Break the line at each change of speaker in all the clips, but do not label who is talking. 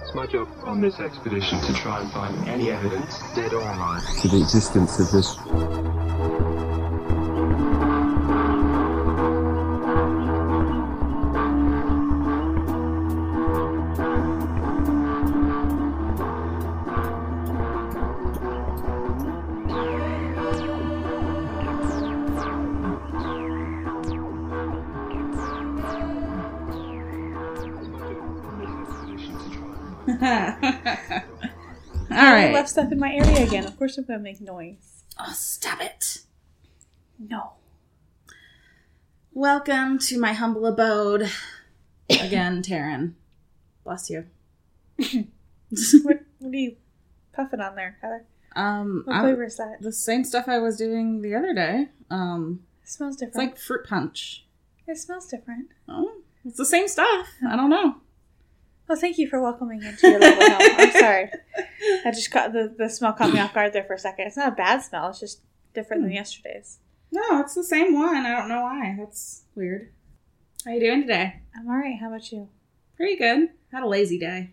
It's my job on this expedition to try and find any evidence, dead or alive,
to the existence of this.
All
I
right.
left stuff in my area again. Of course, I'm going to make noise.
Oh, stop it.
No.
Welcome to my humble abode. Again, Taryn. Bless you.
What, what are you puffing on there, Heather?
Um,
What
I,
flavor is that?
the same stuff I was doing the other day. Um,
It smells
it's
different.
like fruit punch.
it smells different.
Oh, it's the same stuff. I don't know.
Well, thank you for welcoming me into your level home. I'm sorry. I just caught the, the smell caught me off guard there for a second. It's not a bad smell. It's just different
Hmm.
than yesterday's.
No, it's the same one. I don't know why. That's weird. How you doing today?
I'm all right. How about you?
Pretty good. Had a lazy day.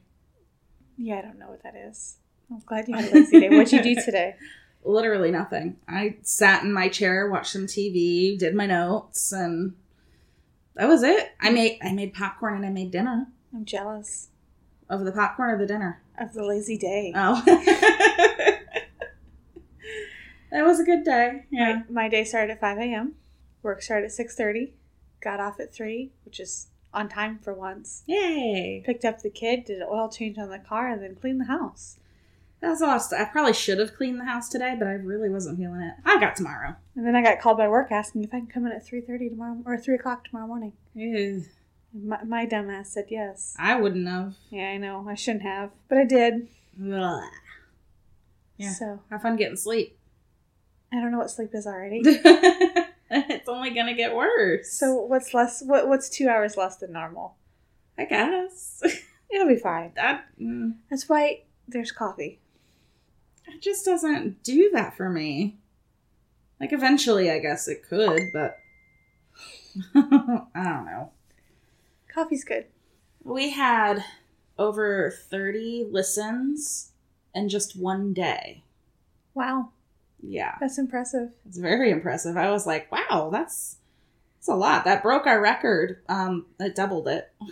Yeah, I don't know what that is. I'm glad you had a lazy day. What'd you do today?
Literally nothing. I sat in my chair, watched some TV, did my notes, and that was it. I made I made popcorn and I made dinner.
I'm jealous
Of the popcorn or the dinner?
of the lazy day.
Oh. that was a good day. Yeah.
My, my day started at 5 a.m. Work started at 6.30. Got off at 3, which is on time for once.
Yay.
Picked up the kid, did an oil change on the car, and then cleaned the house.
That was a lot of stuff. I probably should have cleaned the house today, but I really wasn't feeling it. I've got tomorrow.
And then I got called by work asking if I can come in at 3.30 tomorrow, or 3 o'clock tomorrow morning.
Ew.
My, my dumbass said yes.
I wouldn't have.
Yeah, I know. I shouldn't have, but I did.
Blah. Yeah.
So
Have fun getting sleep.
I don't know what sleep is already.
it's only gonna get worse.
so what's less? What what's two hours less than normal?
I guess
It'll be fine.
that mm,
That's why there's coffee.
it just doesn't do that for me. Like eventually, I guess it could, but I don't know.
Coffee's good.
We had over 30 listens in just one day.
Wow,
Yeah,
that's impressive.
it's very impressive. I was like, wow, that's that's a lot. That broke our record. Um, it doubled it.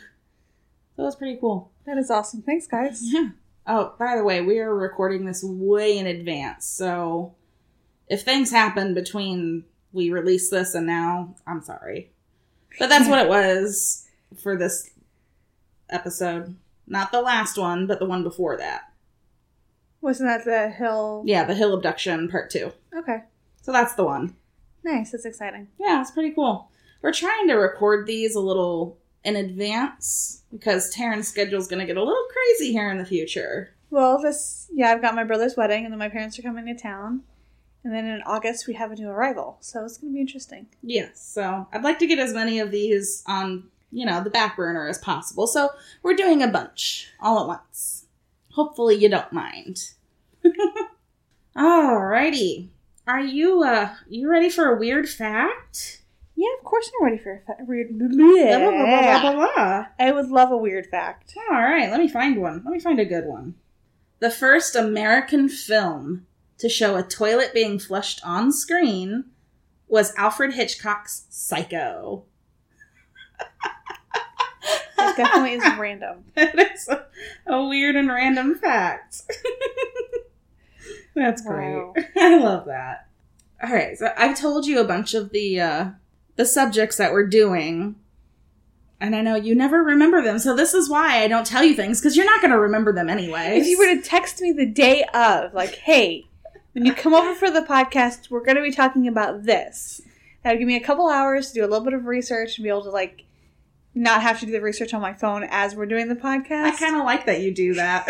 That was pretty cool.
That is awesome. Thanks, guys.
Yeah. Oh, by the way, we are recording this way in advance, so if things happen between we release this and now, I'm sorry. But that's what it was for this episode. Not the last one, but the one before that.
Wasn't that the hill?
Yeah, the Hill Abduction Part 2.
Okay.
So that's the one.
Nice. That's exciting.
Yeah, it's pretty cool. We're trying to record these a little in advance because Taryn's schedule's going to get a little crazy here in the future.
Well, this yeah, I've got my brother's wedding, and then my parents are coming to town, and then in August we have a new arrival. So it's gonna be interesting.
Yes, so I'd like to get as many of these on, you know, the back burner as possible. So we're doing a bunch all at once. Hopefully you don't mind. Alrighty. Are you uh you ready for a weird fact?
Yeah, of course I'm ready for a fa- weird.
Blah, blah, blah, blah, blah, blah, blah.
I would love a weird fact.
All right, let me find one. Let me find a good one. The first American film to show a toilet being flushed on screen was Alfred Hitchcock's Psycho.
It definitely is random.
That is a, a weird and random fact. That's great.
Wow.
I love that. All right, so I've told you a bunch of the uh, the subjects that we're doing, and I know you never remember them. So this is why I don't tell you things because you're not going to remember them anyway.
If you were to text me the day of, like, hey, when you come over for the podcast, we're going to be talking about this. That would give me a couple hours to do a little bit of research and be able to, like, not have to do the research on my phone as we're doing the podcast.
I kind of like that you do that.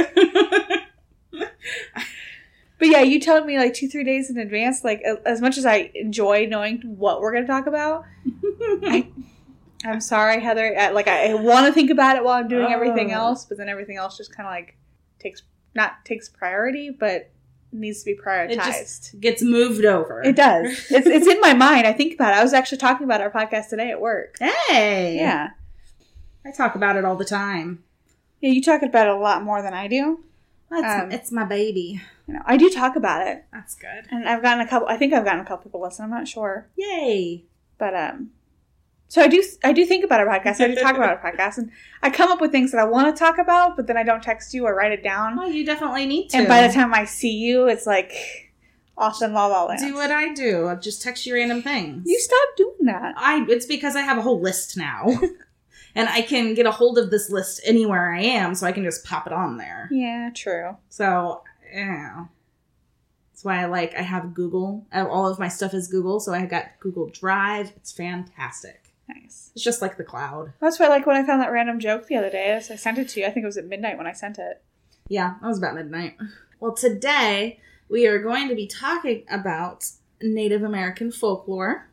but yeah, you telling me, like, two, three days in advance, like, a- as much as I enjoy knowing what we're going to talk about, I'm sorry, Heather. I, like, I, I want to think about it while I'm doing everything
Oh.
else, but then everything else just kind of, like, takes, not takes priority, but needs to be prioritized.
Gets moved over.
It does. It's, it's in my mind. I think about it. I was actually talking about our podcast today at work.
Hey.
Yeah.
I talk about it all the time.
Yeah, you talk about it a lot more than I do.
That's,
Um,
it's my baby.
You know, I do talk about it,
That's good.
and I've gotten a couple. I think I've gotten a couple people listen. I'm not sure.
Yay.
but um so i do i do think about a podcast i do talk about a podcast and i come up with things that i want to talk about but then i don't text you or write it down
Well, Oh, you definitely need to.
and by the time i see you it's like off in la la land
do what I do. I just text you random things.
you stop doing that
I it's because I have a whole list now. and I can get a hold of this list anywhere I am, so I can just pop it on there.
yeah true
So yeah. That's why I like I have Google. Uh, All of my stuff is Google, so I got Google Drive. It's fantastic.
nice
It's just like the cloud.
that's why like when i found that random joke the other day i s- I sent it to you i think it was at midnight when i sent it
Yeah, that was about midnight. Well, today we are going to be talking about Native American folklore.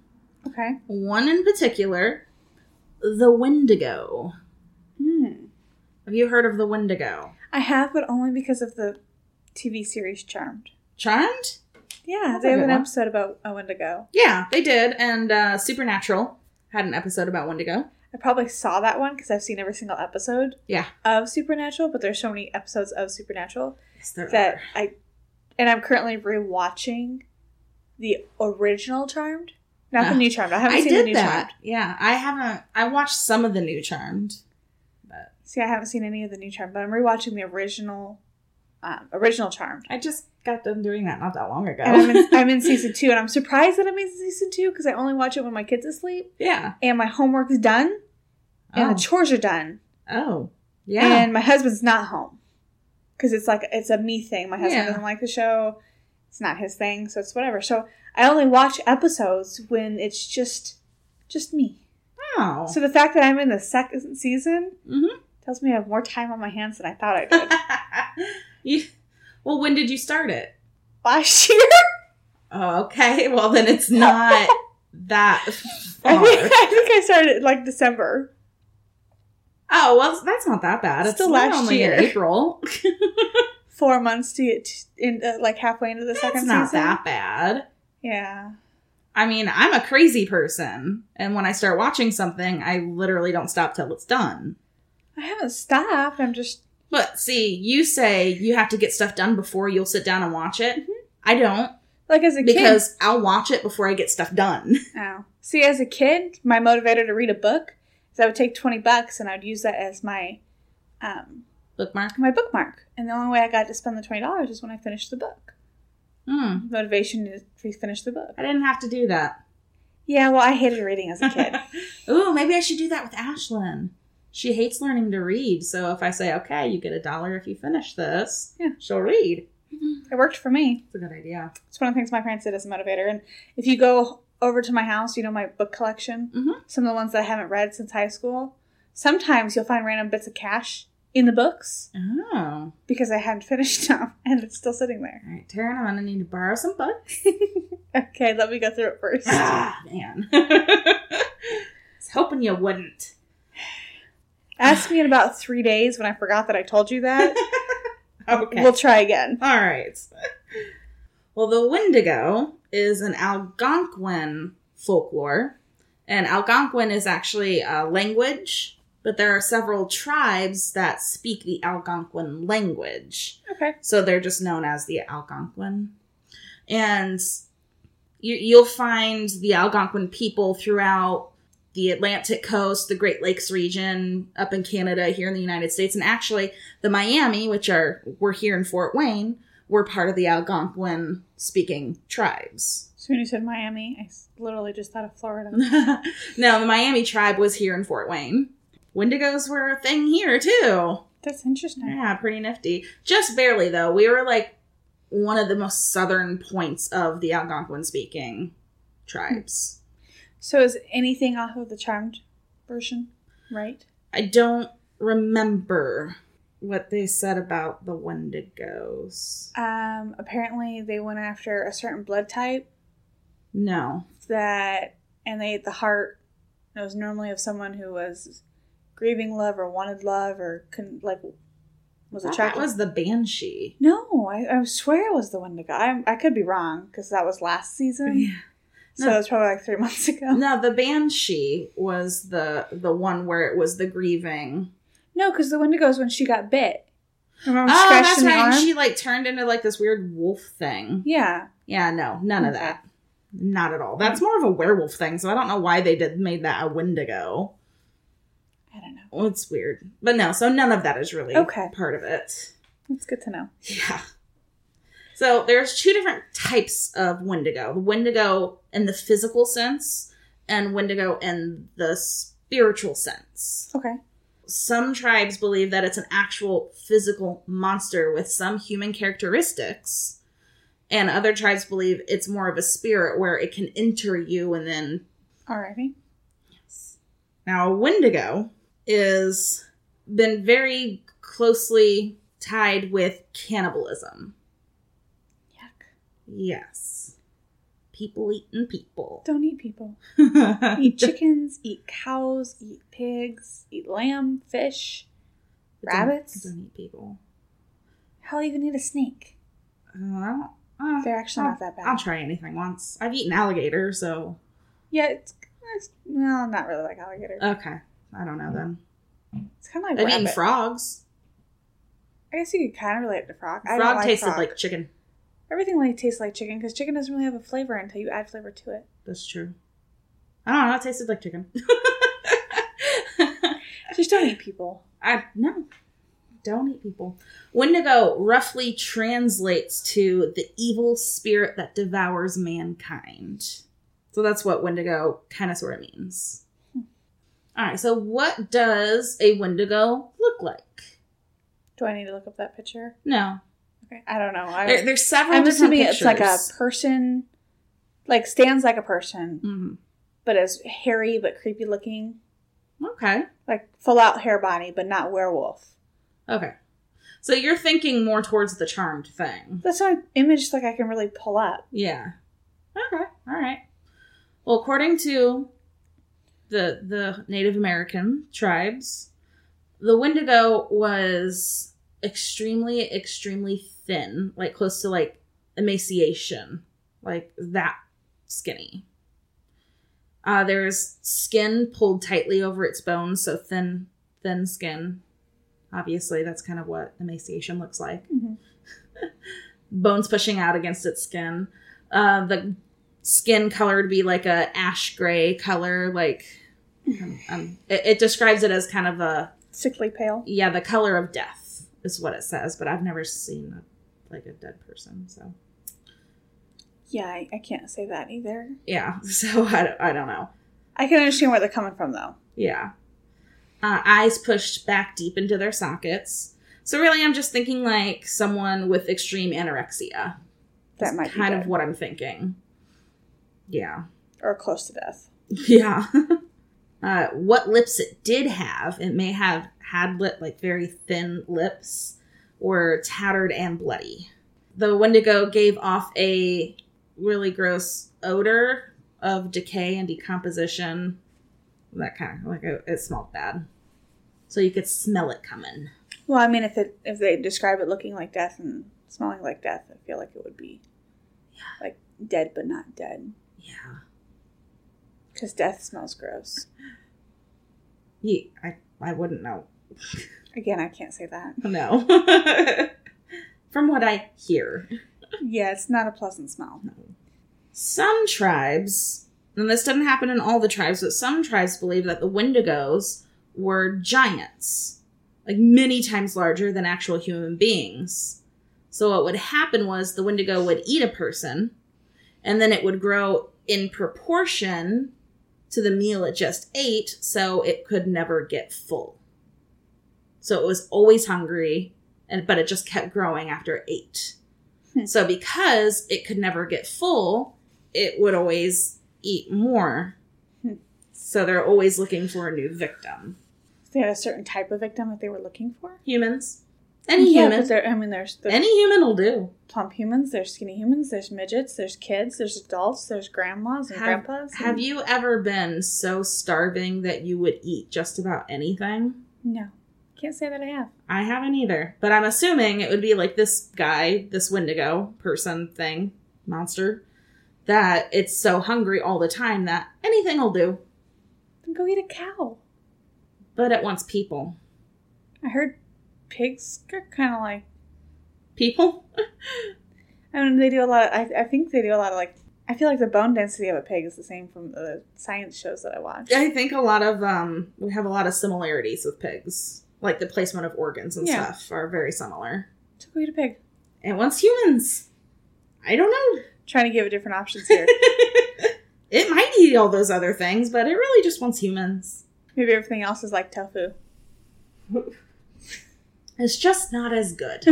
okay
One in particular, the Wendigo.
hmm.
Have you heard of the Wendigo?
i have but only because of the tv series charmed
Charmed?
yeah
That's
they
a
have
good one.
an episode about a wendigo
Yeah, they did. And uh, Supernatural had an episode about Wendigo.
I probably saw that one because I've seen every single episode.
Yeah.
Of Supernatural, but there's so many episodes of Supernatural
Yes, there
that I, and I'm currently rewatching the original Charmed, not
Ah.
the new Charmed. I haven't
I
seen the new
did that.
Charmed.
Yeah, I haven't. I watched some of the new Charmed. But
See, I haven't seen any of the new Charmed, but I'm rewatching the original, um, original Charmed.
I just got done doing that not that long ago.
And I'm in, I'm in season two, and I'm surprised that I'm in season two because I only watch it when my kids asleep
yeah.
and my homework's done and
Oh.
the chores are done
oh. Yeah.
And my husband's not home because it's like it's a me thing. My husband
Yeah.
doesn't like the show. It's not his thing, so it's whatever. So I only watch episodes when it's just just me.
wow.
So the fact that I'm in the second season
Mhm.
tells me I have more time on my hands than I thought I did
you, well, when did you start it?
last year.
Oh, okay. Well, then it's not that
I
far.
think, I think I started like December.
Oh, well, that's not that bad. It's
Still
not
last
only in
year.
April.
Four months to get t- in, uh, like halfway into the
That's
second
not
season.
that bad.
Yeah,
I mean, I'm a crazy person, and when I start watching something, I literally don't stop till it's done.
I haven't stopped. I'm just
But see, you say you have to get stuff done before you'll sit down and watch it. Mm-hmm. I don't
like as a kid.
because I'll watch it before I get stuff done.
Oh. See, as a kid, my motivator to read a book is I would take 20 bucks and I would use that as my um,
Bookmark.
my bookmark. And the only way I got to spend the $20 is when I finished the book.
Hmm.
Motivation is to finish the book.
I didn't have to do that.
Yeah, well, I hated reading as a kid.
Ooh, maybe I should do that with Ashlyn. She hates learning to read, so if I say, okay, you get a dollar if you finish this,
Yeah.
she'll read.
it worked for me.
It's a good idea.
It's one of the things my parents did as a motivator. And if you go over to my house, you know, my book collection,
Mhm.
some of the ones that I haven't read since high school, sometimes you'll find random bits of cash in the books
Oh.
because I hadn't finished them and it's still sitting there.
All right, Taryn, I'm going to need to borrow some books.
Okay, let me go through it first.
ah, man. I was hoping you wouldn't.
Ask me in about three days when I forgot that I told you that.
Okay.
We'll try again.
All right. Well, the Wendigo is an Algonquin folklore, and Algonquin is actually a language, but there are several tribes that speak the Algonquin language.
Okay.
So they're just known as the Algonquin. And you, you'll find the Algonquin people throughout the Atlantic coast, the Great Lakes region, up in Canada, here in the United States, and actually the Miami, which are we're here in Fort Wayne, were part of the Algonquin speaking tribes.
So when you said Miami, I s- literally just thought of Florida.
now the Miami tribe was here in Fort Wayne. Wendigos were a thing here too.
That's interesting.
Yeah, pretty nifty. Just barely though. We were like one of the most southern points of the Algonquin speaking tribes.
So is anything off of the Charmed version, right?
I don't remember what they said about the Wendigos.
Um, apparently they went after a certain blood type
No.
that, and they ate the heart. And it was normally of someone who was grieving love or wanted love or couldn't like was
That-
attracted.
That was the Banshee.
no, I, I swear it was the Wendigo. I, I could be wrong because that was last season. So
No.
it was probably like three months ago.
No, the Banshee was the the one where it was the grieving.
No, because the Wendigo is when she got bit. Remember,
Oh,
scratched
that's
in the
right. and
arm?
She like turned into like this weird wolf thing.
Yeah,
Yeah, no, none of
Okay.
that. Not at all. That's more of a werewolf thing, so I don't know why they did made that a Wendigo.
I don't know.
Well, it's weird. But no, so none of that is really
Okay.
part of it.
It's good to know.
Yeah. So there's two different types of Wendigo. The Wendigo in the physical sense and Wendigo in the spiritual sense.
Okay.
Some tribes believe that it's an actual physical monster with some human characteristics. And other tribes believe it's more of a spirit where it can enter you and then
Alrighty.
Now, a Wendigo is been very closely tied with cannibalism.
Yuck.
Yes. People eating people.
Don't eat people. Eat
It's
chickens, eat cows, eat pigs, eat lamb, fish.
a-
Rabbits?
Don't eat people.
How you can eat a snake?
Uh, I don't- uh,
They're actually not that bad.
I'll try anything once. I've eaten alligator, so
Yeah, it's, it's well, not really like alligator.
okay. I don't know then.
it's kind of like
I've eaten
rabbit.
frogs.
I guess you could kind of relate it to frog. I don't
frog
like
tasted
frog.
like chicken.
everything. Like tastes like chicken because chicken doesn't really have a flavor until you add flavor to it.
That's true. I don't know. It tasted like chicken.
Just don't eat people.
I no. Don't eat people. Wendigo roughly translates to the evil spirit that devours mankind. So that's what Wendigo kind of sort of means.
Hmm.
All right, so what does a Wendigo look like?
Do I need to look up that picture?
No,
Okay, I don't know. I,
there, there's several
I'm
different
assuming
pictures.
it's like a person, like stands like a person,
Mhm.
but is hairy but creepy looking,
Okay,
like full out hair body, but not werewolf.
okay. So you're thinking more towards the charmed thing.
That's not an image like I can really pull up.
Yeah. Okay. All right. Well, according to the the Native American tribes, the Wendigo was extremely, extremely thin, like close to like emaciation, like that skinny. Uh, there's skin pulled tightly over its bones, so thin, thin skin. Obviously, that's kind of what emaciation looks like bones pushing out against its skin. Uh, the skin color to be like a ash gray color, like um, um, it, it describes it as kind of a
Sickly pale.
yeah, the color of death is what it says. But I've never seen a, like a dead person, so
Yeah, I, I can't say that either.
yeah. So I, don't- I don't know.
I can understand where they're coming from though.
Yeah. Uh, eyes pushed back deep into their sockets. So really, I'm just thinking like someone with extreme anorexia.
That
That's
might be
kind of
good.
what I'm thinking. Yeah.
or close to death.
Yeah. uh, what lips it did have, it may have had lip like very thin lips, were tattered and bloody. The Wendigo gave off a really gross odor of decay and decomposition. That kind of like it, it smelled bad, so you could smell it coming.
Well, I mean, if it if they describe it looking like death and smelling like death, I feel like it would be like dead but not dead
Yeah,
because death smells gross.
Ye- I I wouldn't know.
Again, I can't say that.
No, from what I hear.
Yeah, it's not a pleasant smell.
Some tribes, and this doesn't happen in all the tribes, but some tribes believe that the Wendigos were giants, like many times larger than actual human beings. So what would happen was the Wendigo would eat a person, and then it would grow in proportion to the meal it just ate, so it could never get full. So it was always hungry, and but it just kept growing after it ate. So because it could never get full, it would always eat more.
Hmm.
So they're always looking for a new victim.
They had a certain type of victim that they were looking for.
Humans. Any
yeah, but
human.
there- I mean, there's, there's
Any human will do.
plump humans, there's skinny humans, there's midgets, there's kids, there's adults, there's grandmas and
Have-
grandpas. and-
Have you ever been so starving that you would eat just about anything?
No, can't say that I have.
I haven't either. But I'm assuming it would be like this guy, this Wendigo person thing, monster, that it's so hungry all the time that anything will do.
Then go eat a cow.
But it wants people.
I heard pigs are kind of like.
People?
I mean, they do a lot. Of, I I think they do a lot of like. I feel like the bone density of a pig is the same from the science shows that I watch.
I think a lot of um we have a lot of similarities with pigs. Like the placement of organs and
Yeah.
stuff are very similar.
So go eat a pig.
And once humans, I don't know.
Trying to give it different options here.
it might eat all those other things, but it really just wants humans.
Maybe everything else is like tofu.
It's just not as good.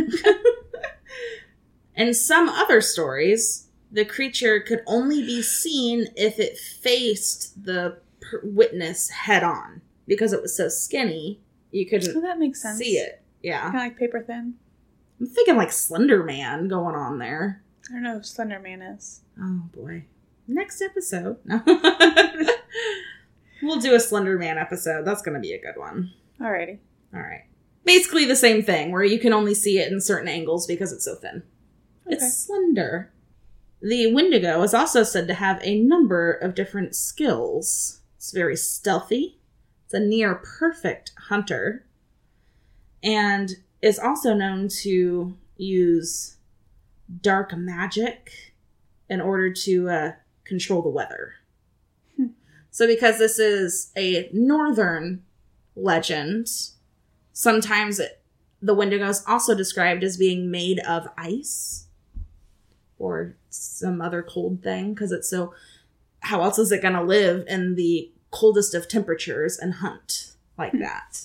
In some other stories, the creature could only be seen if it faced the per- witness head on because it was so skinny, you
So
couldn't
that makes sense.
see it. Yeah.
Kind of like paper thin.
I'm thinking like Slender Man going on there.
I don't know who Slender Man is.
Oh boy. Next episode. No. we'll do a Slender Man episode. That's going to be a good one.
Alrighty.
All right. Basically the same thing where you can only see it in certain angles because it's so thin.
Okay.
It's slender. The Wendigo is also said to have a number of different skills. It's very stealthy. It's a near perfect hunter. And is also known to use dark magic in order to uh, control the weather.
Hmm.
so, because this is a northern legend, sometimes it, the Wendigo is also described as being made of ice or some other cold thing because it's so. How else is it going to live in the coldest of temperatures and hunt like
Hmm.
that?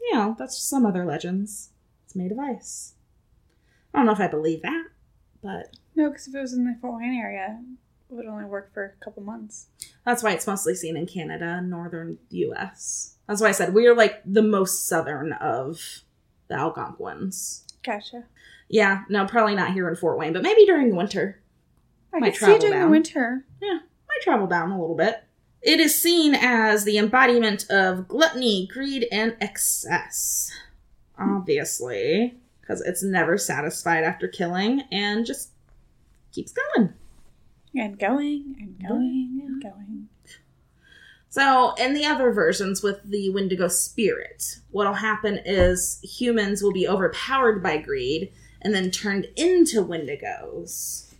You know, that's just some other legends. It's made of ice. I don't know if I believe that, but
No, because if it was in the Fort Wayne area, it would only work for a couple months.
that's why it's mostly seen in Canada and northern US. That's why I said we are like the most southern of the Algonquins.
Gotcha.
Yeah, no, probably not here in Fort Wayne, but maybe during the winter.
I
Might
could see
travel
it during
down.
the winter.
Might travel down a little bit. It is seen as the embodiment of gluttony, greed, and excess. Obviously, because it's never satisfied after killing and just keeps going.
And going and going and going.
So, in the other versions with the Wendigo spirit, what'll happen is humans will be overpowered by greed and then turned into Wendigos.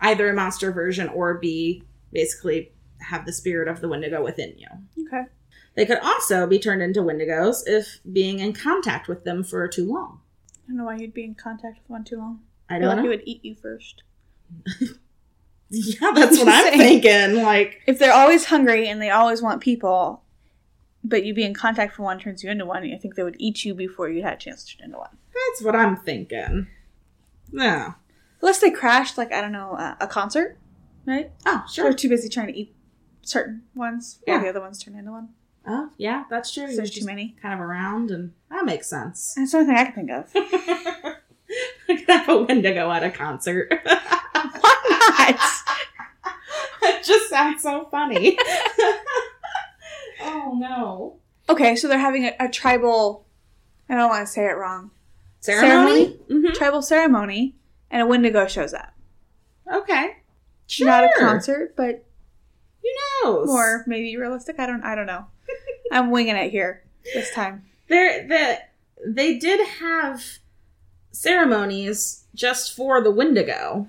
Either a monster version or be basically have the spirit of the Wendigo within you.
Okay.
They could also be turned into Wendigos if being in contact with them for too long.
I don't know why you'd be in contact with one too long.
I
I feel
don't
like it
know.
would eat you first.
Yeah, that's what I'm
Same.
thinking. Like,
If they're always hungry and they always want people, but you be in contact for one turns you into one, I think they would eat you before you had a chance to turn into one.
that's what I'm thinking. No.
Unless they crashed, like, I don't know, uh, a concert, right?
Oh,
They're
sure.
too busy trying to eat certain ones,
Yeah.
or the other ones turn into one.
Oh, yeah, that's true.
So
You're
there's too
just-
many.
kind of around, and that makes sense.
That's the only thing I can think of.
I could have a Wendigo at a concert. it just sounds so funny. oh no!
okay, so they're having a, a tribal, I don't want to say it wrong,
Ceremony? Mm-hmm.
tribal ceremony, and a Wendigo shows up.
Mhm. Okay. Sure.
Not a concert, but
Who knows?
more maybe realistic. I don't. I don't know. I'm winging it here this time.
There, the they did have ceremonies just for the Wendigo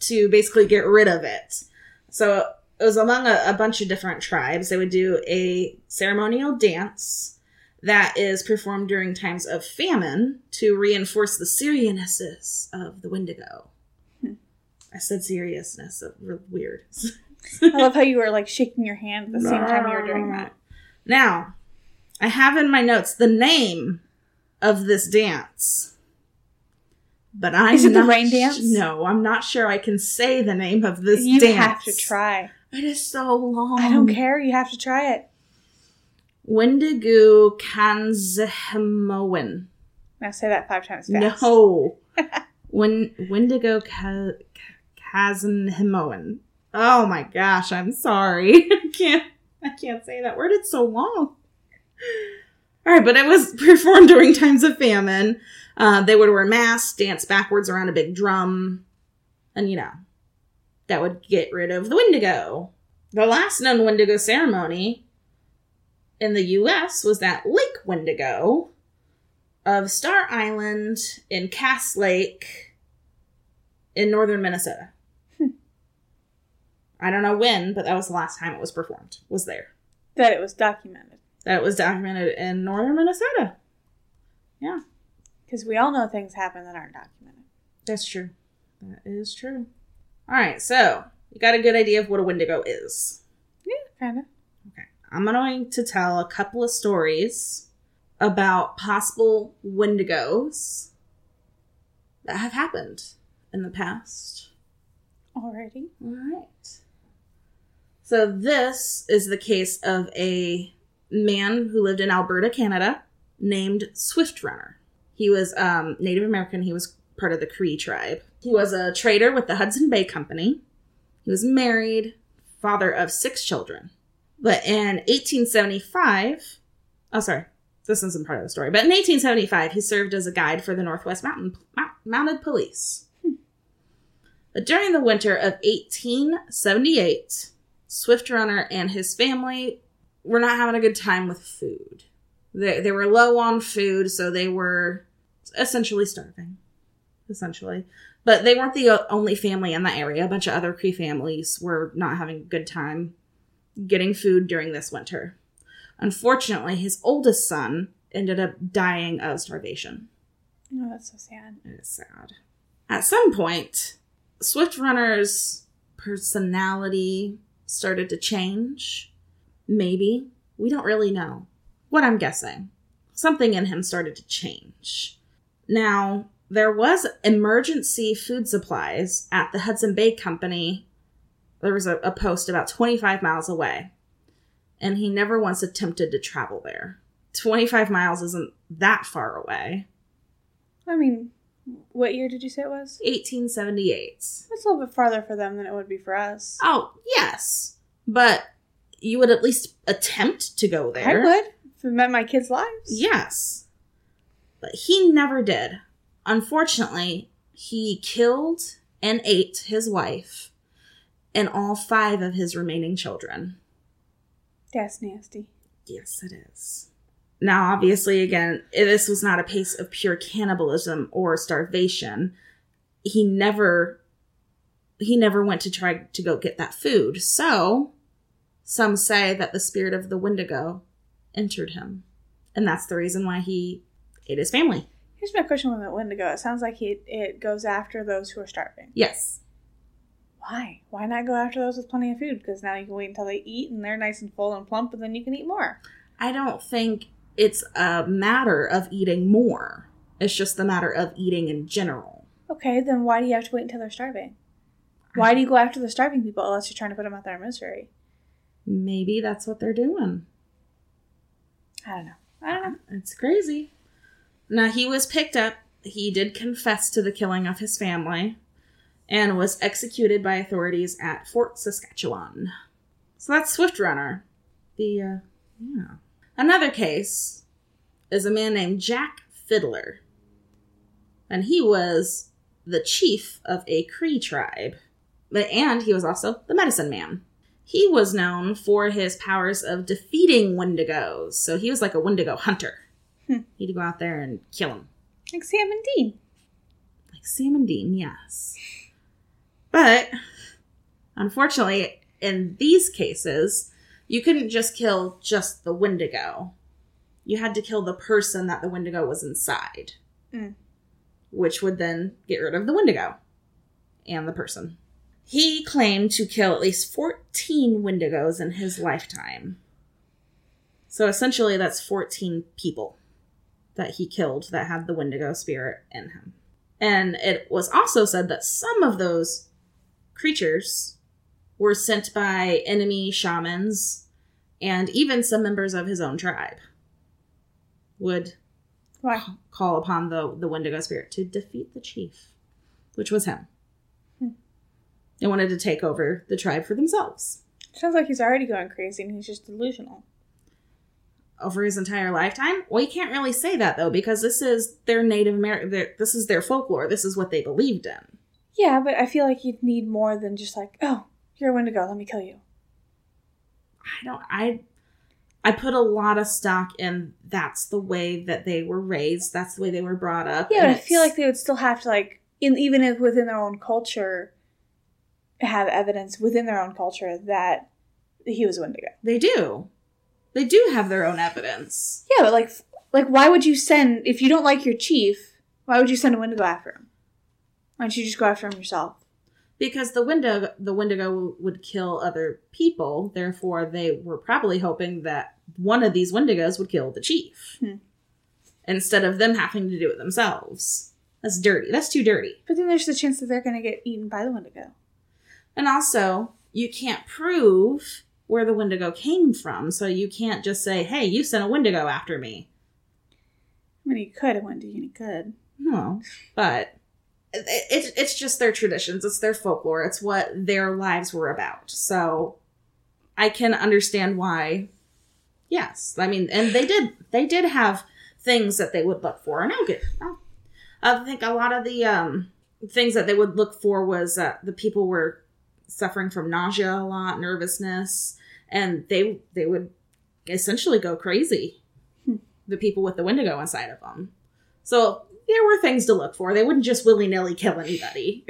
to basically get rid of it. So it was among a, a bunch of different tribes. They would do a ceremonial dance that is performed during times of famine to reinforce the seriousness of the Wendigo.
Hmm.
I said seriousness, so real weird.
I love how you were like shaking your hand at the same time you were doing that.
Now, I have in my notes the name of this dance. But I'm
Is it the
not
rain
sh-
dance?
no, I'm not sure I can say the name of this
you
dance.
have to try.
It is so long.
I don't care. You have to try it.
Wendigo Kanzhemowin.
Now say that five times fast.
No. when Wendigo Ka- Ka- Kazanhimoan. Oh my gosh, I'm sorry. I can't I can't say that word. It's so long. All right, but it was performed during times of famine. Uh, they would wear masks, dance backwards around a big drum, and you know, that would get rid of the Wendigo. The last known Wendigo ceremony in the U.S. was that Lake Wendigo of Star Island in Cass Lake in northern Minnesota. Hmm. I don't know when, but that was the last time it was performed, was there.
That it was documented.
That it was documented in northern Minnesota.
Because we all know things happen that aren't documented.
That's true. That is true. All right, so you got a good idea of what a Wendigo is.
Yeah, kind of.
I'm going to tell a couple of stories about possible Wendigos that have happened in the past.
Already.
All right. So, this is the case of a man who lived in Alberta, Canada, named Swift Runner. He was um, Native American, he was part of the Cree tribe. He was a trader with the Hudson Bay Company. He was married, father of six children. But in 1875, oh, sorry, this isn't part of the story, but in 1875, he served as a guide for the Northwest Mountain Mount, Mounted Police. But during the winter of 1878, Swift Runner and his family were not having a good time with food. They, they were low on food, so they were essentially starving. Essentially. But they weren't the o- only family in the area. A bunch of other Cree families were not having a good time getting food during this winter. Unfortunately, his oldest son ended up dying of starvation.
Oh, that's so sad.
It's sad. At some point, Swift Runner's personality started to change. Maybe. We don't really know. What I'm guessing. Something in him started to change. Now, there was emergency food supplies at the Hudson Bay Company. There was a, a post about 25 miles away, and he never once attempted to travel there. 25 miles isn't that far away.
I mean, what year did you say it was?
1878.
That's a little bit farther for them than it would be for us.
Oh, yes. But you would at least attempt to go there.
I would. If it meant my kids' lives.
Yes. But he never did. Unfortunately, he killed and ate his wife and all five of his remaining children.
That's nasty.
Yes, it is. Now, obviously, again, this was not a case of pure cannibalism or starvation. He never, he never went to try to go get that food. So, some say that the spirit of the Wendigo entered him, and that's the reason why he ate his family.
Here's my question with the Wendigo. It sounds like he, it goes after those who are starving.
Yes,
Why? Why not go after those with plenty of food? Because now you can wait until they eat and they're nice and full and plump, and then you can eat more.
I don't think it's a matter of eating more. It's just the matter of eating in general.
Okay, then why do you have to wait until they're starving? Why do you go after the starving people unless you're trying to put them out their misery?
Maybe that's what they're doing.
I don't know. I don't know.
It's crazy. Now, he was picked up. He did confess to the killing of his family and was executed by authorities at Fort Saskatchewan. So that's Swift Runner. The, uh, yeah. Another case is a man named Jack Fiddler. And he was the chief of a Cree tribe. But, and he was also the medicine man. He was known for his powers of defeating Wendigos. So he was like a Wendigo hunter.
Hmm.
He'd go out there and kill them.
Like Sam and Dean.
Like Sam and Dean, yes. But unfortunately, in these cases, you couldn't just kill just the Wendigo. You had to kill the person that the Wendigo was inside,
Mm.
which would then get rid of the Wendigo and the person. He claimed to kill at least 14 Wendigos in his lifetime. So essentially, that's 14 people that he killed that had the Wendigo spirit in him. And it was also said that some of those creatures were sent by enemy shamans and even some members of his own tribe would
Why?
call upon the, the Wendigo spirit to defeat the chief, which was him.
Hmm.
They wanted to take over the tribe for themselves
Sounds like he's already going crazy and he's just delusional.
over his entire lifetime. Well, you can't really say that though, because this is their Native American, this is their folklore, this is what they believed in.
Yeah, but I feel like you'd need more than just like, oh, you're a Wendigo, let me kill you.
I don't. I I put a lot of stock in that's the way that they were raised. That's the way they were brought up.
Yeah,
and
but I feel
it's-
like they would still have to like, in, even if within their own culture, have evidence within their own culture that he was a Wendigo.
they do. They do have their own evidence.
Yeah, but like, f- like why would you send if you don't like your chief? Why would you send a Wendigo after him? Why don't you just go after him yourself?
Because the Wendigo, the Wendigo would kill other people, therefore they were probably hoping that one of these Wendigos would kill the chief,
Hmm.
instead of them having to do it themselves. That's dirty. That's too dirty.
But then there's the chance that they're going to get eaten by the Wendigo.
And also, you can't prove where the Wendigo came from, so you can't just say, "Hey, you sent a Wendigo after me."
I mean, you could. It wouldn't do you any good.
No, but it, it, it's just their traditions. It's their folklore. It's what their lives were about. So I can understand why. Yes, I mean, and they did. They did have things that they would look for, and I'll get. I'll, I think a lot of the um, things that they would look for was uh, the people were suffering from nausea a lot, nervousness, and they they would essentially go crazy.
Hmm.
The people with the Wendigo inside of them. So there were things to look for. They wouldn't just willy nilly kill anybody.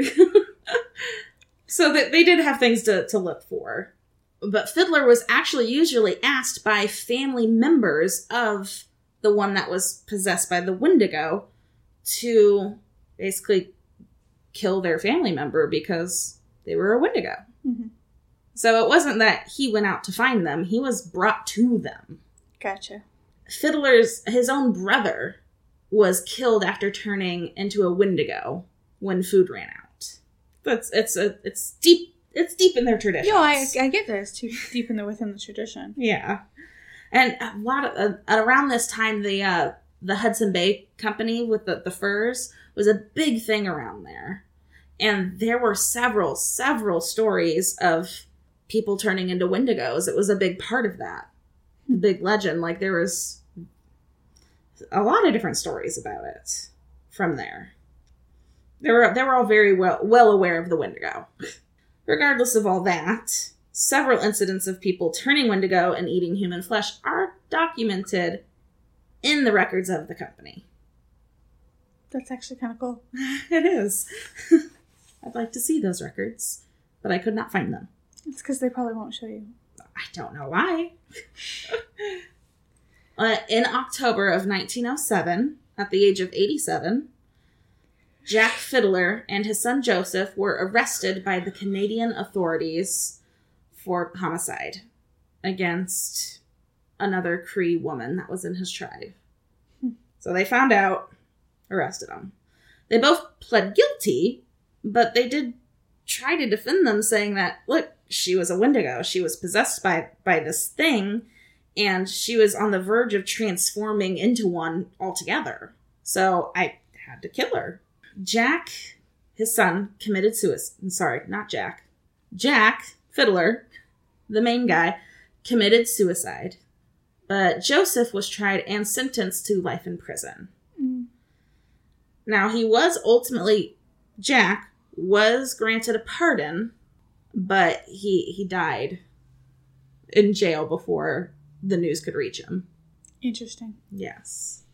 so that they did have things to, to look for. But Fiddler was actually usually asked by family members of the one that was possessed by the Wendigo to basically kill their family member because they were a Wendigo.
Mhm.
So it wasn't that he went out to find them, he was brought to them.
Gotcha.
Fiddler's his own brother was killed after turning into a Wendigo when food ran out. That's it's a it's deep it's deep in their tradition.
No, I, I get that. It's too deep in the within the tradition.
yeah, and a lot of uh, around this time the uh, the Hudson Bay Company with the the furs was a big thing around there, and there were several several stories of people turning into Wendigos. It was a big part of that big legend. Like there was a lot of different stories about it from there. They were they were all very well well aware of the Wendigo. Regardless of all that, several incidents of people turning Wendigo and eating human flesh are documented in the records of the company.
That's actually kind of cool.
It is. I'd like to see those records, but I could not find them.
It's because they probably won't show you.
I don't know why. uh, in October of 1907, at the age of 87, Jack Fiddler and his son Joseph were arrested by the Canadian authorities for homicide against another Cree woman that was in his tribe. So they found out, arrested him. They both pled guilty, but they did try to defend them saying that look she was a wendigo she was possessed by by this thing and she was on the verge of transforming into one altogether so i had to kill her jack his son committed suicide sorry not jack jack fiddler the main guy committed suicide but joseph was tried and sentenced to life in prison
Mm.
now he was ultimately Jack was granted a pardon, but he he died in jail before the news could reach him.
Interesting.
Yes.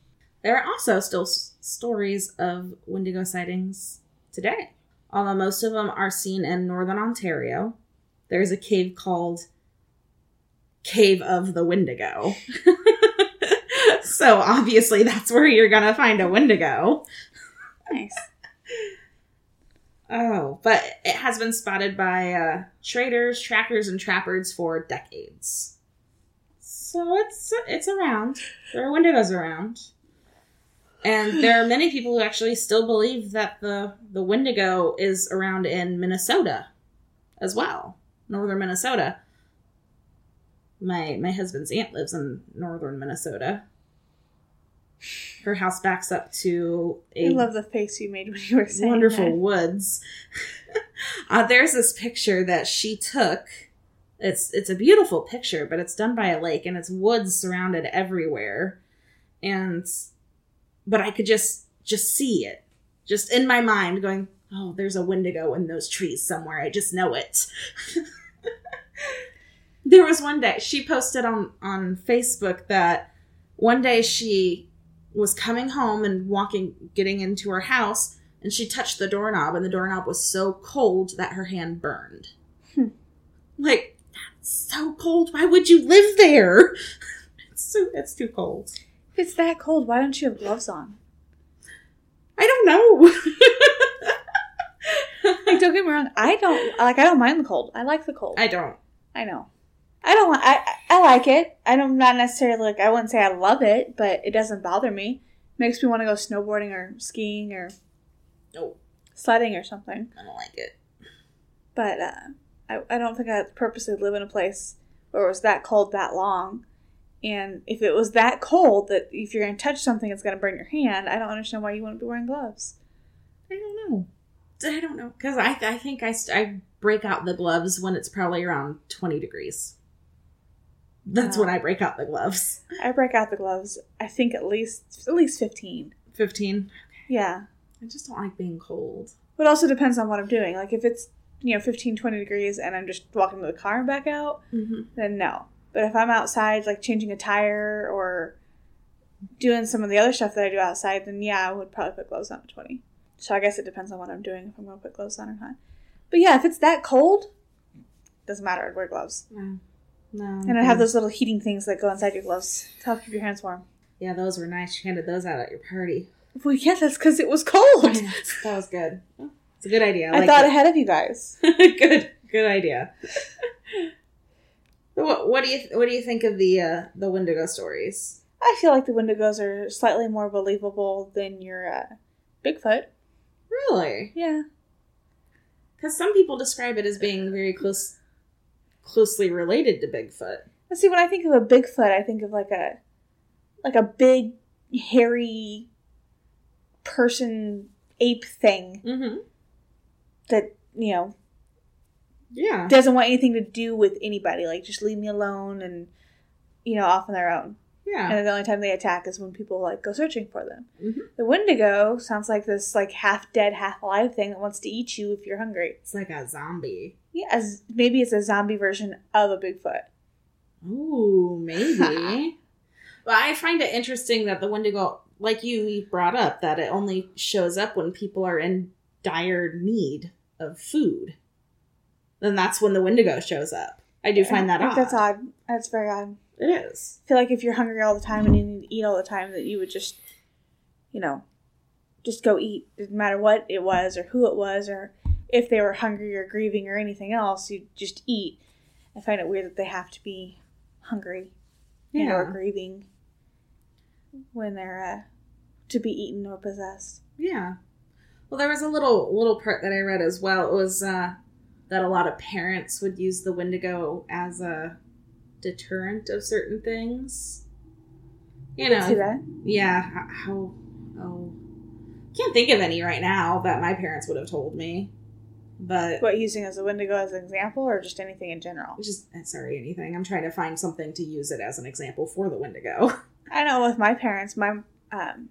There are also still s- stories of Wendigo sightings today. Although most of them are seen in northern Ontario, there's a cave called Cave of the Wendigo. so obviously that's where you're going to find a Wendigo.
Nice.
Oh, but it has been spotted by uh, traders, trackers, and trappers for decades. So it's it's around. There are Wendigos around, and there are many people who actually still believe that the the Wendigo is around in Minnesota, as well, northern Minnesota. My my husband's aunt lives in northern Minnesota. Her house backs up to
I
a
love the face you made when you were saying
wonderful
that.
woods. uh, there's this picture that she took. It's it's a beautiful picture, but it's done by a lake and it's woods surrounded everywhere. And but I could just just see it, just in my mind, going, "Oh, there's a Wendigo in those trees somewhere. I just know it." There was one day she posted on on Facebook that one day she was coming home and walking getting into her house and she touched the doorknob and the doorknob was so cold that her hand burned.
Hmm.
Like that's so cold. Why would you live there? it's so it's too cold.
If it's that cold, why don't you have gloves on?
I don't know.
Like, don't get me wrong. I don't like. I don't mind the cold. I like the cold.
I don't.
I know. I don't. li- I I like it. I don't. Not necessarily like. I wouldn't say I love it, but it doesn't bother me. Makes me want to go snowboarding or skiing or
No,
sledding or something.
I don't like it.
But uh, I I don't think I purposely live in a place where it was that cold that long. And if it was that cold that if you're going to touch something, it's going to burn your hand. I don't understand why you wouldn't be wearing gloves.
I don't know. I don't know because I I think I st- I break out the gloves when it's probably around twenty degrees. That's
Wow.
when I break out the gloves.
I break out the gloves. I think at least at least fifteen.
Fifteen.
Yeah.
I just don't like being cold.
But it also depends on what I'm doing. Like if it's, you know, 15, 20 degrees and I'm just walking to the car and back out,
Mm-hmm.
then no. But if I'm outside, like changing a tire or doing some of the other stuff that I do outside, then yeah, I would probably put gloves on at 20. So I guess it depends on what I'm doing if I'm going to put gloves on or not. But yeah, if it's that cold, doesn't matter. I'd wear gloves.
No, no.
And I have those little heating things that go inside your gloves to help keep your hands warm.
Yeah, those were nice. You handed those out at your party.
Well, yeah, that's because it was cold.
that was good. It's a good idea.
I
like
thought
it.
ahead of you guys.
good good idea. So what, what do you what do you think of the uh, the Wendigo stories?
I feel like the Wendigos are slightly more believable than your uh, Bigfoot.
Really?
Yeah.
Because some people describe it as being very close closely related to Bigfoot.
Let's see. When I think of a Bigfoot, I think of like a like a big hairy person ape thing
Mm-hmm.
that you know
Yeah.
doesn't want anything to do with anybody. Like just leave me alone and you know off on their own.
Yeah.
And the only time they attack is when people like go searching for them.
Mhm.
The Wendigo sounds like this like half dead, half alive thing that wants to eat you if you're hungry.
It's like a zombie.
Yeah, as maybe it's a zombie version of a Bigfoot.
Ooh, maybe. well, I find it interesting that the Wendigo, like you brought up, that it only shows up when people are in dire need of food. Then that's when the Wendigo shows up. I do find that
I
odd.
think That's odd. That's very odd.
It is.
I feel like if you're hungry all the time and you need to eat all the time, that you would just, you know, just go eat. Didn't matter what it was or who it was or if they were hungry or grieving or anything else, you just eat. I find it weird that they have to be hungry and or
Yeah.
grieving when they're uh, to be eaten or possessed.
Yeah. Well, there was a little little part that I read as well. It was uh, that a lot of parents would use the Wendigo as a deterrent of certain things. You know,
See that?
yeah. h- How? Oh, can't think of any right now that my parents would have told me. But
What using as a Wendigo as an example or just anything in general?
just eh, sorry, anything. I'm trying to find something to use it as an example for the Wendigo.
I know with my parents, my um,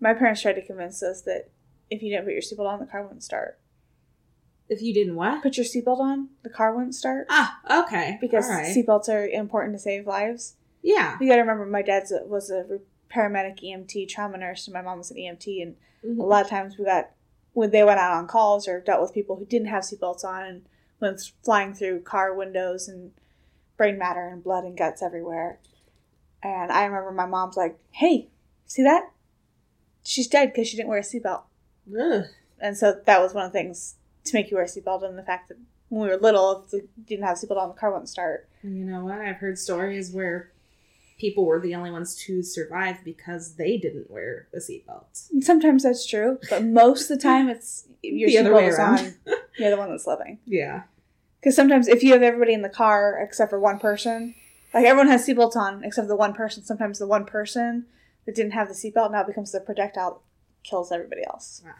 my parents tried to convince us that if you didn't put your seatbelt on, the car wouldn't start.
if you didn't what?
Put your seatbelt on, the car wouldn't start
Ah, okay.
because
All right.
seatbelts are important to save lives.
yeah.
You got to remember, my dad's a, was a re- paramedic EMT trauma nurse, and my mom was an EMT, and a lot of times we got when they went out on calls or dealt with people who didn't have seatbelts on and went flying through car windows and brain matter and blood and guts everywhere. And I remember my mom's like, "Hey, see that? She's dead because she didn't wear a seatbelt."
Ugh.
And so that was one of the things to make you wear a seatbelt, and the fact that when we were little, if we didn't have a seatbelt on, the car wouldn't start.
You know what? I've heard stories where people were the only ones to survive because they didn't wear a seatbelt.
And sometimes that's true, but most of the time, it's your
The other way
seatbelt is
around.
on. You're the one that's living.
Yeah.
Because sometimes if you have everybody in the car except for one person, like everyone has seatbelts on except for the one person, sometimes the one person that didn't have the seatbelt now becomes the projectile that kills everybody else.
Wow.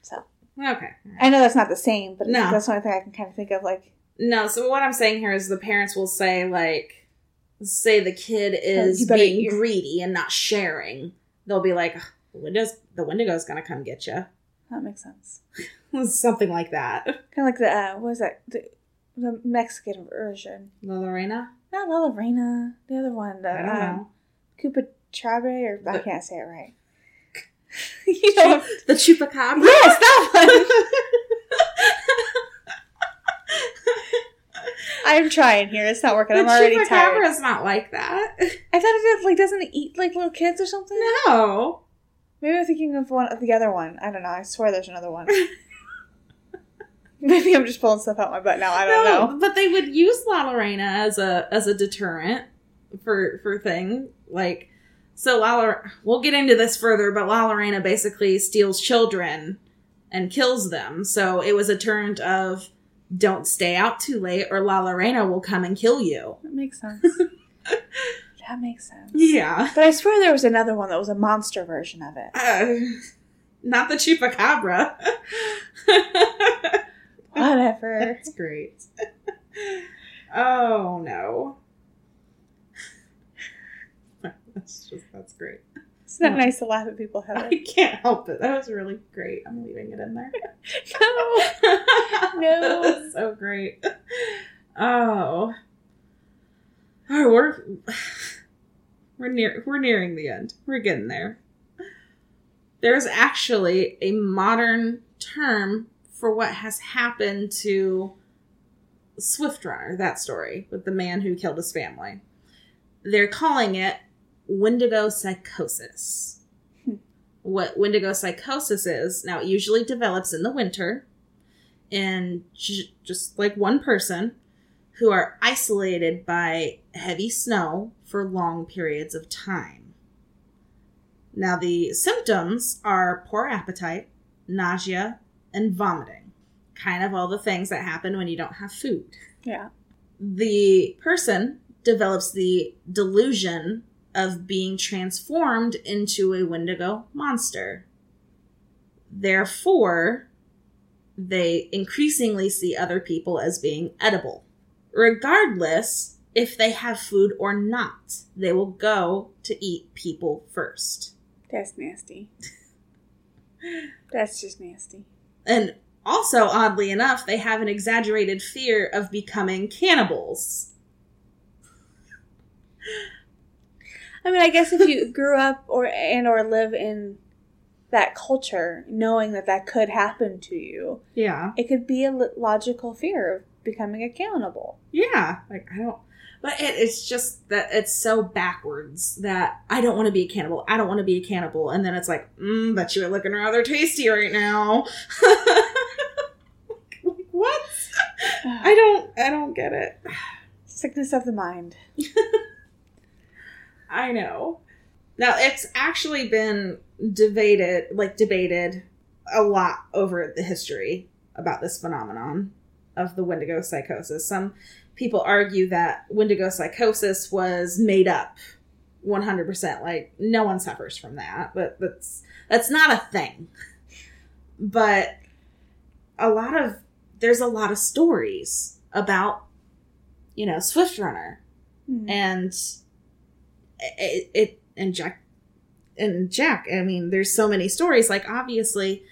So
Okay.
I know that's not the same, but
No.
that's the only thing I can kind of think of. Like
No, so what I'm saying here is the parents will say, like, say the kid
you
is
better
being
eat your-
greedy and not sharing. They'll be like, "Ugh, the, windows, the Wendigo's going to come get you.
that makes sense.
Something like that.
Kind of like the uh, what was that? The, the Mexican version.
Lorena?
Not La Lorena, the other one, the
I don't
um,
know.
Koopa Trabre, or I
The-
can't say it right. you know,
The chupacabra?
Yes, that I'm trying here. It's not working. I'm already
the
tired.
chupacabra's not like that.
I thought it did, like doesn't it eat like little kids or something.
No.
Maybe I'm thinking of one of the other one. I don't know. I swear there's another one. Maybe I'm just pulling stuff out my butt now. I don't know.
But they would use La Lorena as a as a deterrent for for thing like so La Lor- we'll get into this further, but La Lorena basically steals children and kills them. So it was a turn of don't stay out too late or La Lorena will come and kill you.
That makes sense. that makes sense.
Yeah.
But I swear there was another one that was a monster version of it.
Uh, not the chupacabra.
Whatever.
That's great. oh no. That's just that's great.
It's not nice to laugh at people, Heather.
I can't help it. That was really great. I'm leaving it in there.
no.
that was so great. Oh. Oh, we're we're near we're nearing the end. We're getting there. There's actually a modern term for what has happened to Swift Runner, that story with the man who killed his family. They're calling it Wendigo psychosis.
Hmm.
What Wendigo psychosis is, now it usually develops in the winter in j- just like one person who are isolated by heavy snow for long periods of time. Now, the symptoms are poor appetite, nausea, and vomiting. Kind of all the things that happen when you don't have food
Yeah.
the person develops the delusion of being transformed into a Wendigo monster. Therefore, they increasingly see other people as being edible. Regardless if they have food or not, they will go to eat people first.
That's nasty. That's just nasty.
And also, oddly enough, they have an exaggerated fear of becoming cannibals.
I mean, I guess if you grew up or and or live in that culture, knowing that that could happen to you,
Yeah.
it could be a lo- logical fear of becoming a cannibal.
Yeah, like I don't. But it, it's just that it's so backwards that I don't want to be a cannibal. I don't want to be a cannibal, and then it's like, mm, bet you are looking rather tasty right now. like, what? I don't. I don't get it.
Sickness of the mind.
I know. Now it's actually been debated, like debated a lot over the history about this phenomenon of the Wendigo psychosis. Some people argue that Wendigo psychosis was made up 100%. Like no one suffers from that, but that's that's not a thing. But a lot of there's a lot of stories about you know, Swift Runner
Mm-hmm. Mm.
and it, it and Jack and Jack. I mean, there's so many stories. Like obviously,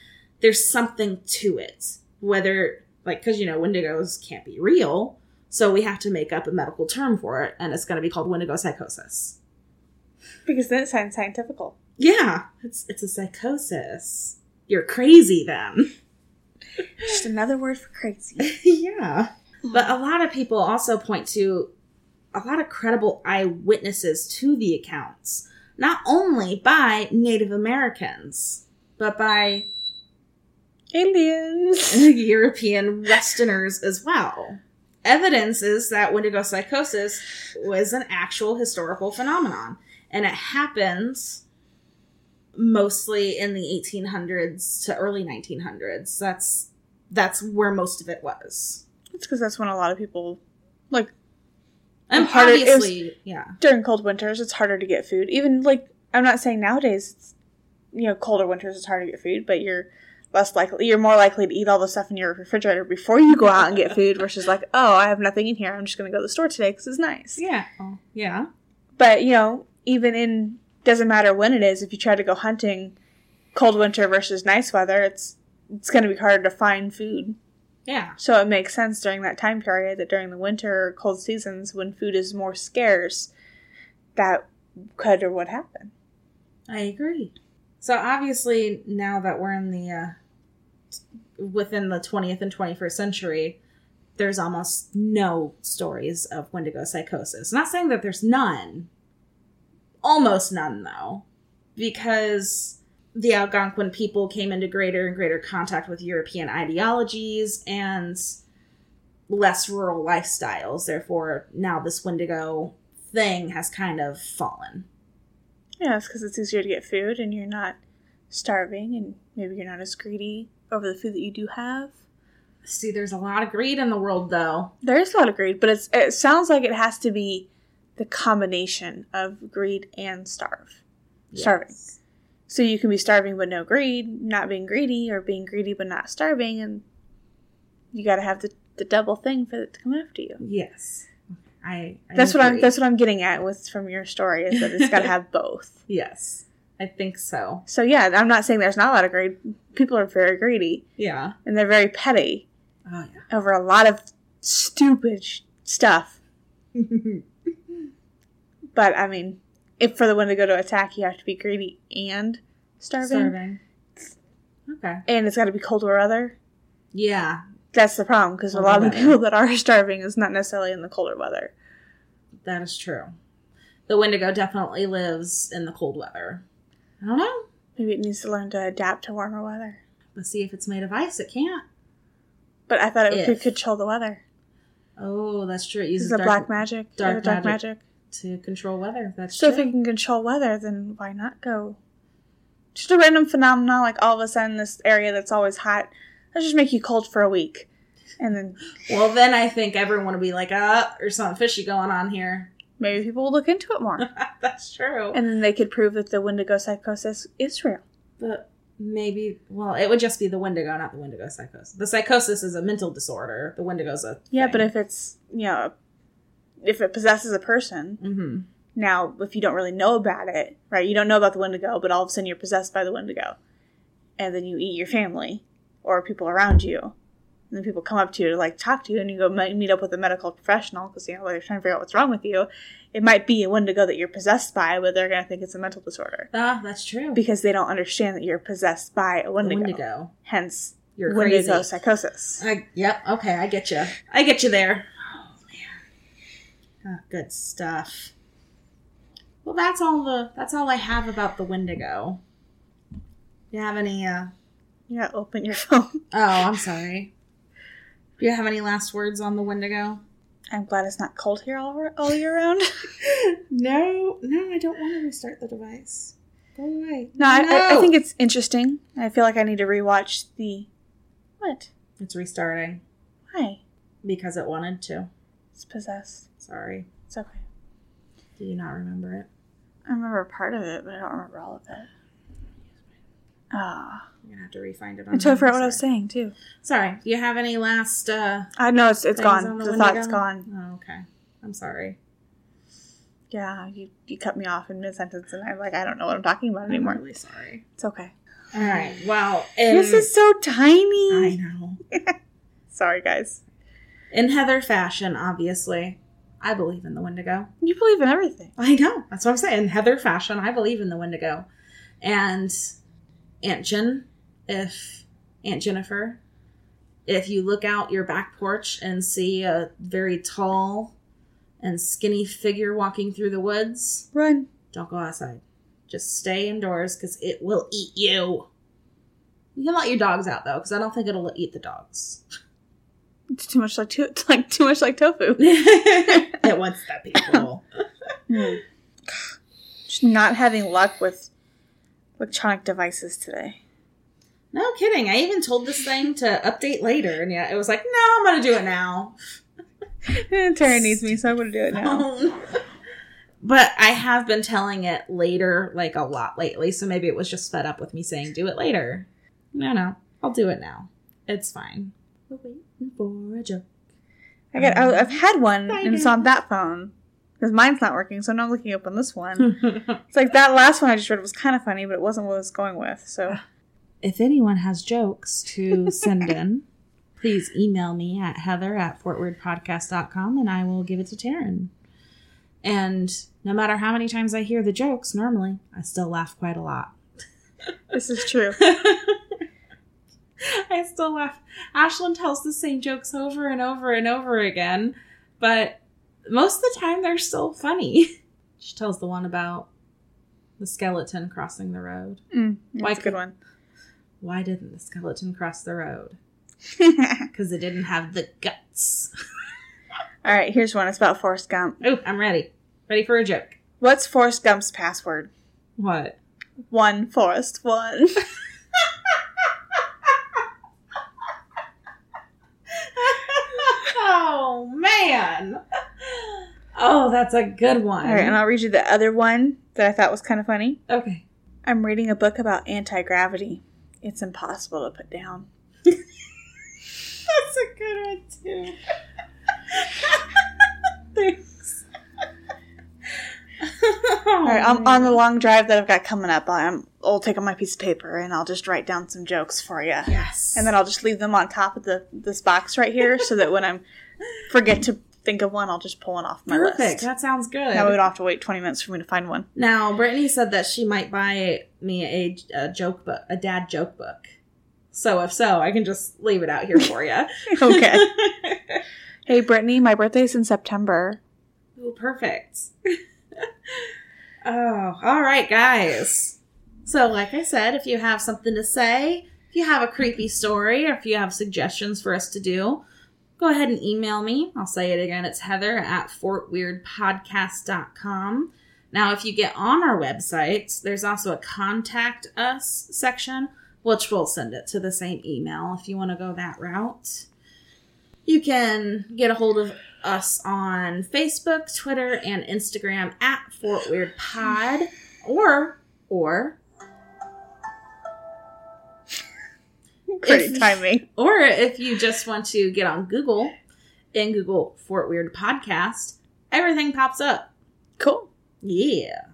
there's something to it. Whether like because you know Wendigos can't be real, so we have to make up a medical term for it, and it's going to be called Wendigo psychosis.
because then it sounds scientific.
Yeah, it's it's a psychosis. You're crazy then.
Just another word for crazy.
yeah. But a lot of people also point to a lot of credible eyewitnesses to the accounts, not only by Native Americans, but by
Aliens.
European Westerners as well. Evidence is that Wendigo psychosis was an actual historical phenomenon, and it happens mostly in the 1800s to early 1900s. That's that's where most of it was.
It's because that's when a lot of people, like
And
And harder- it was-
obviously, yeah,
during cold winters, it's harder to get food. Even like I'm not saying nowadays, it's, you know, colder winters, it's harder to get food, but you're less likely, you're more likely to eat all the stuff in your refrigerator before you go out and get food versus like, oh, I have nothing in here. I'm just gonna go to the store today because it's nice.
yeah, oh, yeah,
But you know, even in doesn't matter when it is, if you try to go hunting, cold winter versus nice weather, it's it's gonna be harder to find food.
Yeah.
So it makes sense during that time period that during the winter or cold seasons when food is more scarce, that could or would happen.
I agree. So obviously, now that we're in the uh, t- within the 20th and 21st century, there's almost no stories of Wendigo psychosis. Not saying that there's none, almost none though, because the Algonquin people came into greater and greater contact with European ideologies and less rural lifestyles. Therefore, now this Wendigo thing has kind of fallen.
Yeah, it's because it's easier to get food and you're not starving and maybe you're not as greedy over the food that you do have.
See, there's a lot of greed in the world, though.
There is a lot of greed, but it's, it sounds like it has to be the combination of greed and starve. Starving.
Yes.
So you can be starving but no greed, not being greedy, or being greedy but not starving, and you got to have the, the double thing for it to come after you.
Yes. I. I
That's what I'm.
agree.
That's what I'm getting at with from your story is that it's got to have both.
Yes, I think so.
So yeah, I'm not saying there's not a lot of greed. People are very greedy
Yeah.
and they're very petty
Oh yeah.
over a lot of stupid sh- stuff. But I mean, if for the one to go to attack, you have to be greedy and starving,
Starving. Okay.
and it's got to be cold or other.
Yeah,
That's the problem because a
Cold
lot of the
weather.
people that are starving is not necessarily in the colder weather.
that is true. The Wendigo definitely lives in the cold weather. I don't know.
Maybe it needs to learn to adapt to warmer weather.
Let's see if it's made of ice. It can't.
But I thought it
If.
could control the weather.
Oh, that's true. It
This is
uses
a
dark
black magic. or
dark
dark
magic.
magic.
to control weather. That's
So if
true.
it can control weather, then why not go? Just a random phenomenon, like all of a sudden this area that's always hot, let's just make you cold for a week, and then
well, then I think everyone would be like, "Uh, there's something fishy going on here."
maybe people will look into it more,
that's true.
and then they could prove that the Wendigo psychosis is real.
But maybe, well, it would just be the Wendigo, not the Wendigo psychosis. The psychosis is a mental disorder. The Wendigo's a
Yeah, but
thing.
if it's you know, if it possesses a person,
Mhm.
now if you don't really know about it, right? You don't know about the Wendigo, but all of a sudden you're possessed by the Wendigo, and then you eat your family or people around you, and then people come up to you to like talk to you, and you go me- meet up with a medical professional because you know they're trying to figure out what's wrong with you. It might be a Wendigo that you're possessed by, but they're gonna think it's a mental disorder
ah, that's true.
because they don't understand that you're possessed by a
The
Wendigo.
Wendigo.
Hence,
You're
Wendigo
crazy.
psychosis.
I, yep. Okay, I get you. I get you there. Oh man, Ah, good stuff. Well, that's all the that's all I have about the Wendigo. Do you have any? uh
Yeah, open your phone.
Oh, I'm sorry. Do you have any last words on the Wendigo?
I'm glad it's not cold here all, all year round.
no, no, I don't want to restart the device. Go away.
No, I I, I think it's interesting. I feel like I need to rewatch the. What?
it's restarting
Why?
because it wanted to.
It's possessed.
Sorry.
It's okay.
Do you not remember it?
I remember part of it, but I don't remember all of it. Ah,
I'm gonna have to refind it.
I totally
my
forgot what I
own,
was
sorry.
saying too.
Sorry. Do you have any last? uh
I know it's
things
it's gone.
on
The,
Wendigo?
thought's gone.
Oh, okay. I'm sorry.
Yeah, you you cut me off in mid sentence, and I'm like, I don't know what I'm talking about
I'm
anymore.
really sorry.
It's okay.
All right. Well,
this
in-
is so tiny.
I know.
Sorry, guys.
In Heather fashion, obviously, I believe in the Wendigo.
You believe in everything.
I know. That's what I'm saying. In Heather fashion, I believe in the Wendigo. And Aunt Jen, if Aunt Jennifer, if you look out your back porch and see a very tall and skinny figure walking through the woods,
Run.
don't go outside. Just stay indoors because it will eat you. You can let your dogs out though, because I don't think it'll eat the dogs.
It's too much like to, it's like too much like tofu.
it wants the people.
Just Hmm. not having luck with electronic devices today.
No kidding. I even told this thing to update later, and yet it was like, no, I'm gonna do it now.
Tara needs me, so I'm gonna do it now.
Um, but I have been telling it later, like a lot lately, so maybe it was just fed up with me saying, do it later. No, no, I'll do it now. It's fine. We're waiting for a joke.
I got. I, I've had one, and it's on that phone because mine's not working. So now I'm looking up on this one. It's like that last one I just read was kind of funny, but it wasn't what I was going with. So
if anyone has jokes to send in, please email me at heather at fortwardpodcast.com and I will give it to Taryn. And no matter how many times I hear the jokes normally, I still laugh quite a lot.
This is true.
I still laugh. Ashlyn tells the same jokes over and over and over again, but most of the time they're still funny. she tells the one about the skeleton crossing the road.
Mm,
Why
that's a good one.
Why didn't the skeleton cross the road? Because it didn't have the guts.
All right, here's one. It's about Forrest Gump.
Oh, I'm ready. Ready for a joke.
What's Forrest Gump's password?
What?
One Forrest one.
oh, man. Oh, that's a good one.
All right, and I'll read you the other one that I thought was kind of funny.
okay.
I'm reading a book about anti gravity. It's impossible to put down.
That's a good one too. Thanks. Oh,
All right, I'm on the long drive that I've got coming up. I'm, I'll take out my piece of paper and I'll just write down some jokes for you.
Yes.
And then I'll just leave them on top of the this box right here so that when I am forget to think of one, I'll just pull one off my
perfect.
list.
That sounds good.
Now we don't have to wait 20 minutes for me to find one.
Now, Brittany said that she might buy me a, a joke book, a dad joke book. So if so, I can just leave it out here for you.
Okay. hey, Brittany, my birthday's in September.
Ooh, perfect. oh, all right, guys. So, like I said, if you have something to say, if you have a creepy story, or if you have suggestions for us to do, go ahead and email me. I'll say it again. It's heather at fortweirdpodcast.com. Now, if you get on our website, there's also a contact us section, which will send it to the same email if you want to go that route. You can get a hold of us on Facebook, Twitter, and Instagram at Fort Weird Pod, or or
Great timing.
or if you just want to get on Google and Google Fort Weird Podcast, everything pops up.
Cool.
Yeah.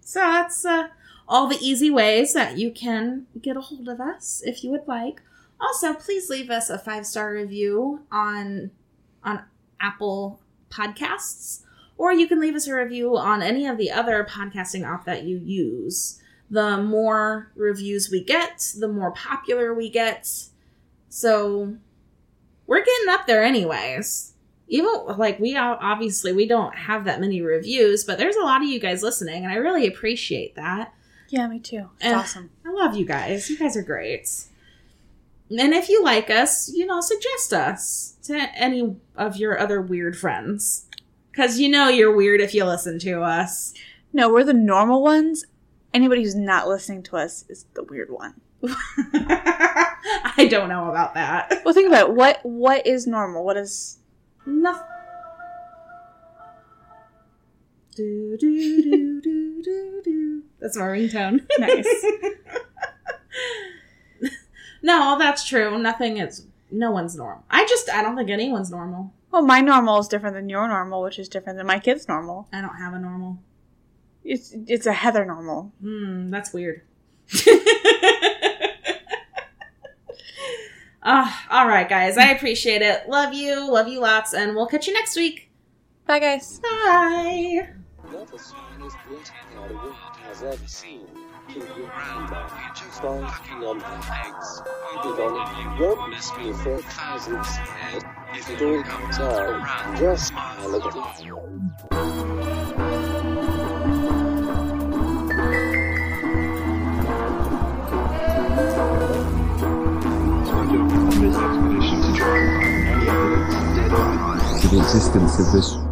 So that's uh, all the easy ways that you can get a hold of us if you would like. Also, please leave us a five star review on on Apple Podcasts, or you can leave us a review on any of the other podcasting app that you use. The more reviews we get, the more popular we get. So we're getting up there, anyways even like we all obviously we don't have that many reviews but there's a lot of you guys listening and i really appreciate that
Yeah, me too. It's
Uh,
awesome.
i love you guys you guys are great and if you like us you know suggest us to any of your other weird friends because you know you're weird if you listen to us
No, we're the normal ones. Anybody who's not listening to us is the weird one.
i don't know about that
Well, think about it. what what is normal. What is
nothing do, do, do, do, do, do. That's my ringtone.
nice?
no, that's true. Nothing is. No one's normal. I just. I don't think anyone's normal.
well, my normal is different than your normal, which is different than my kid's normal.
I don't have a normal.
It's it's a Heather normal.
Hmm, that's weird. Ah, all right, guys. I appreciate it. Love you. Love you lots. And we'll catch you next week.
Bye, guys.
Bye.
That the finest wit the world has ever seen. Keep your hand on you just by looking on the legs. I did on it, you won't miss me for a thousand years. If you don't come to around, just smile at me.
Expedition to try and find any evidence, dead or alive.
The existence of this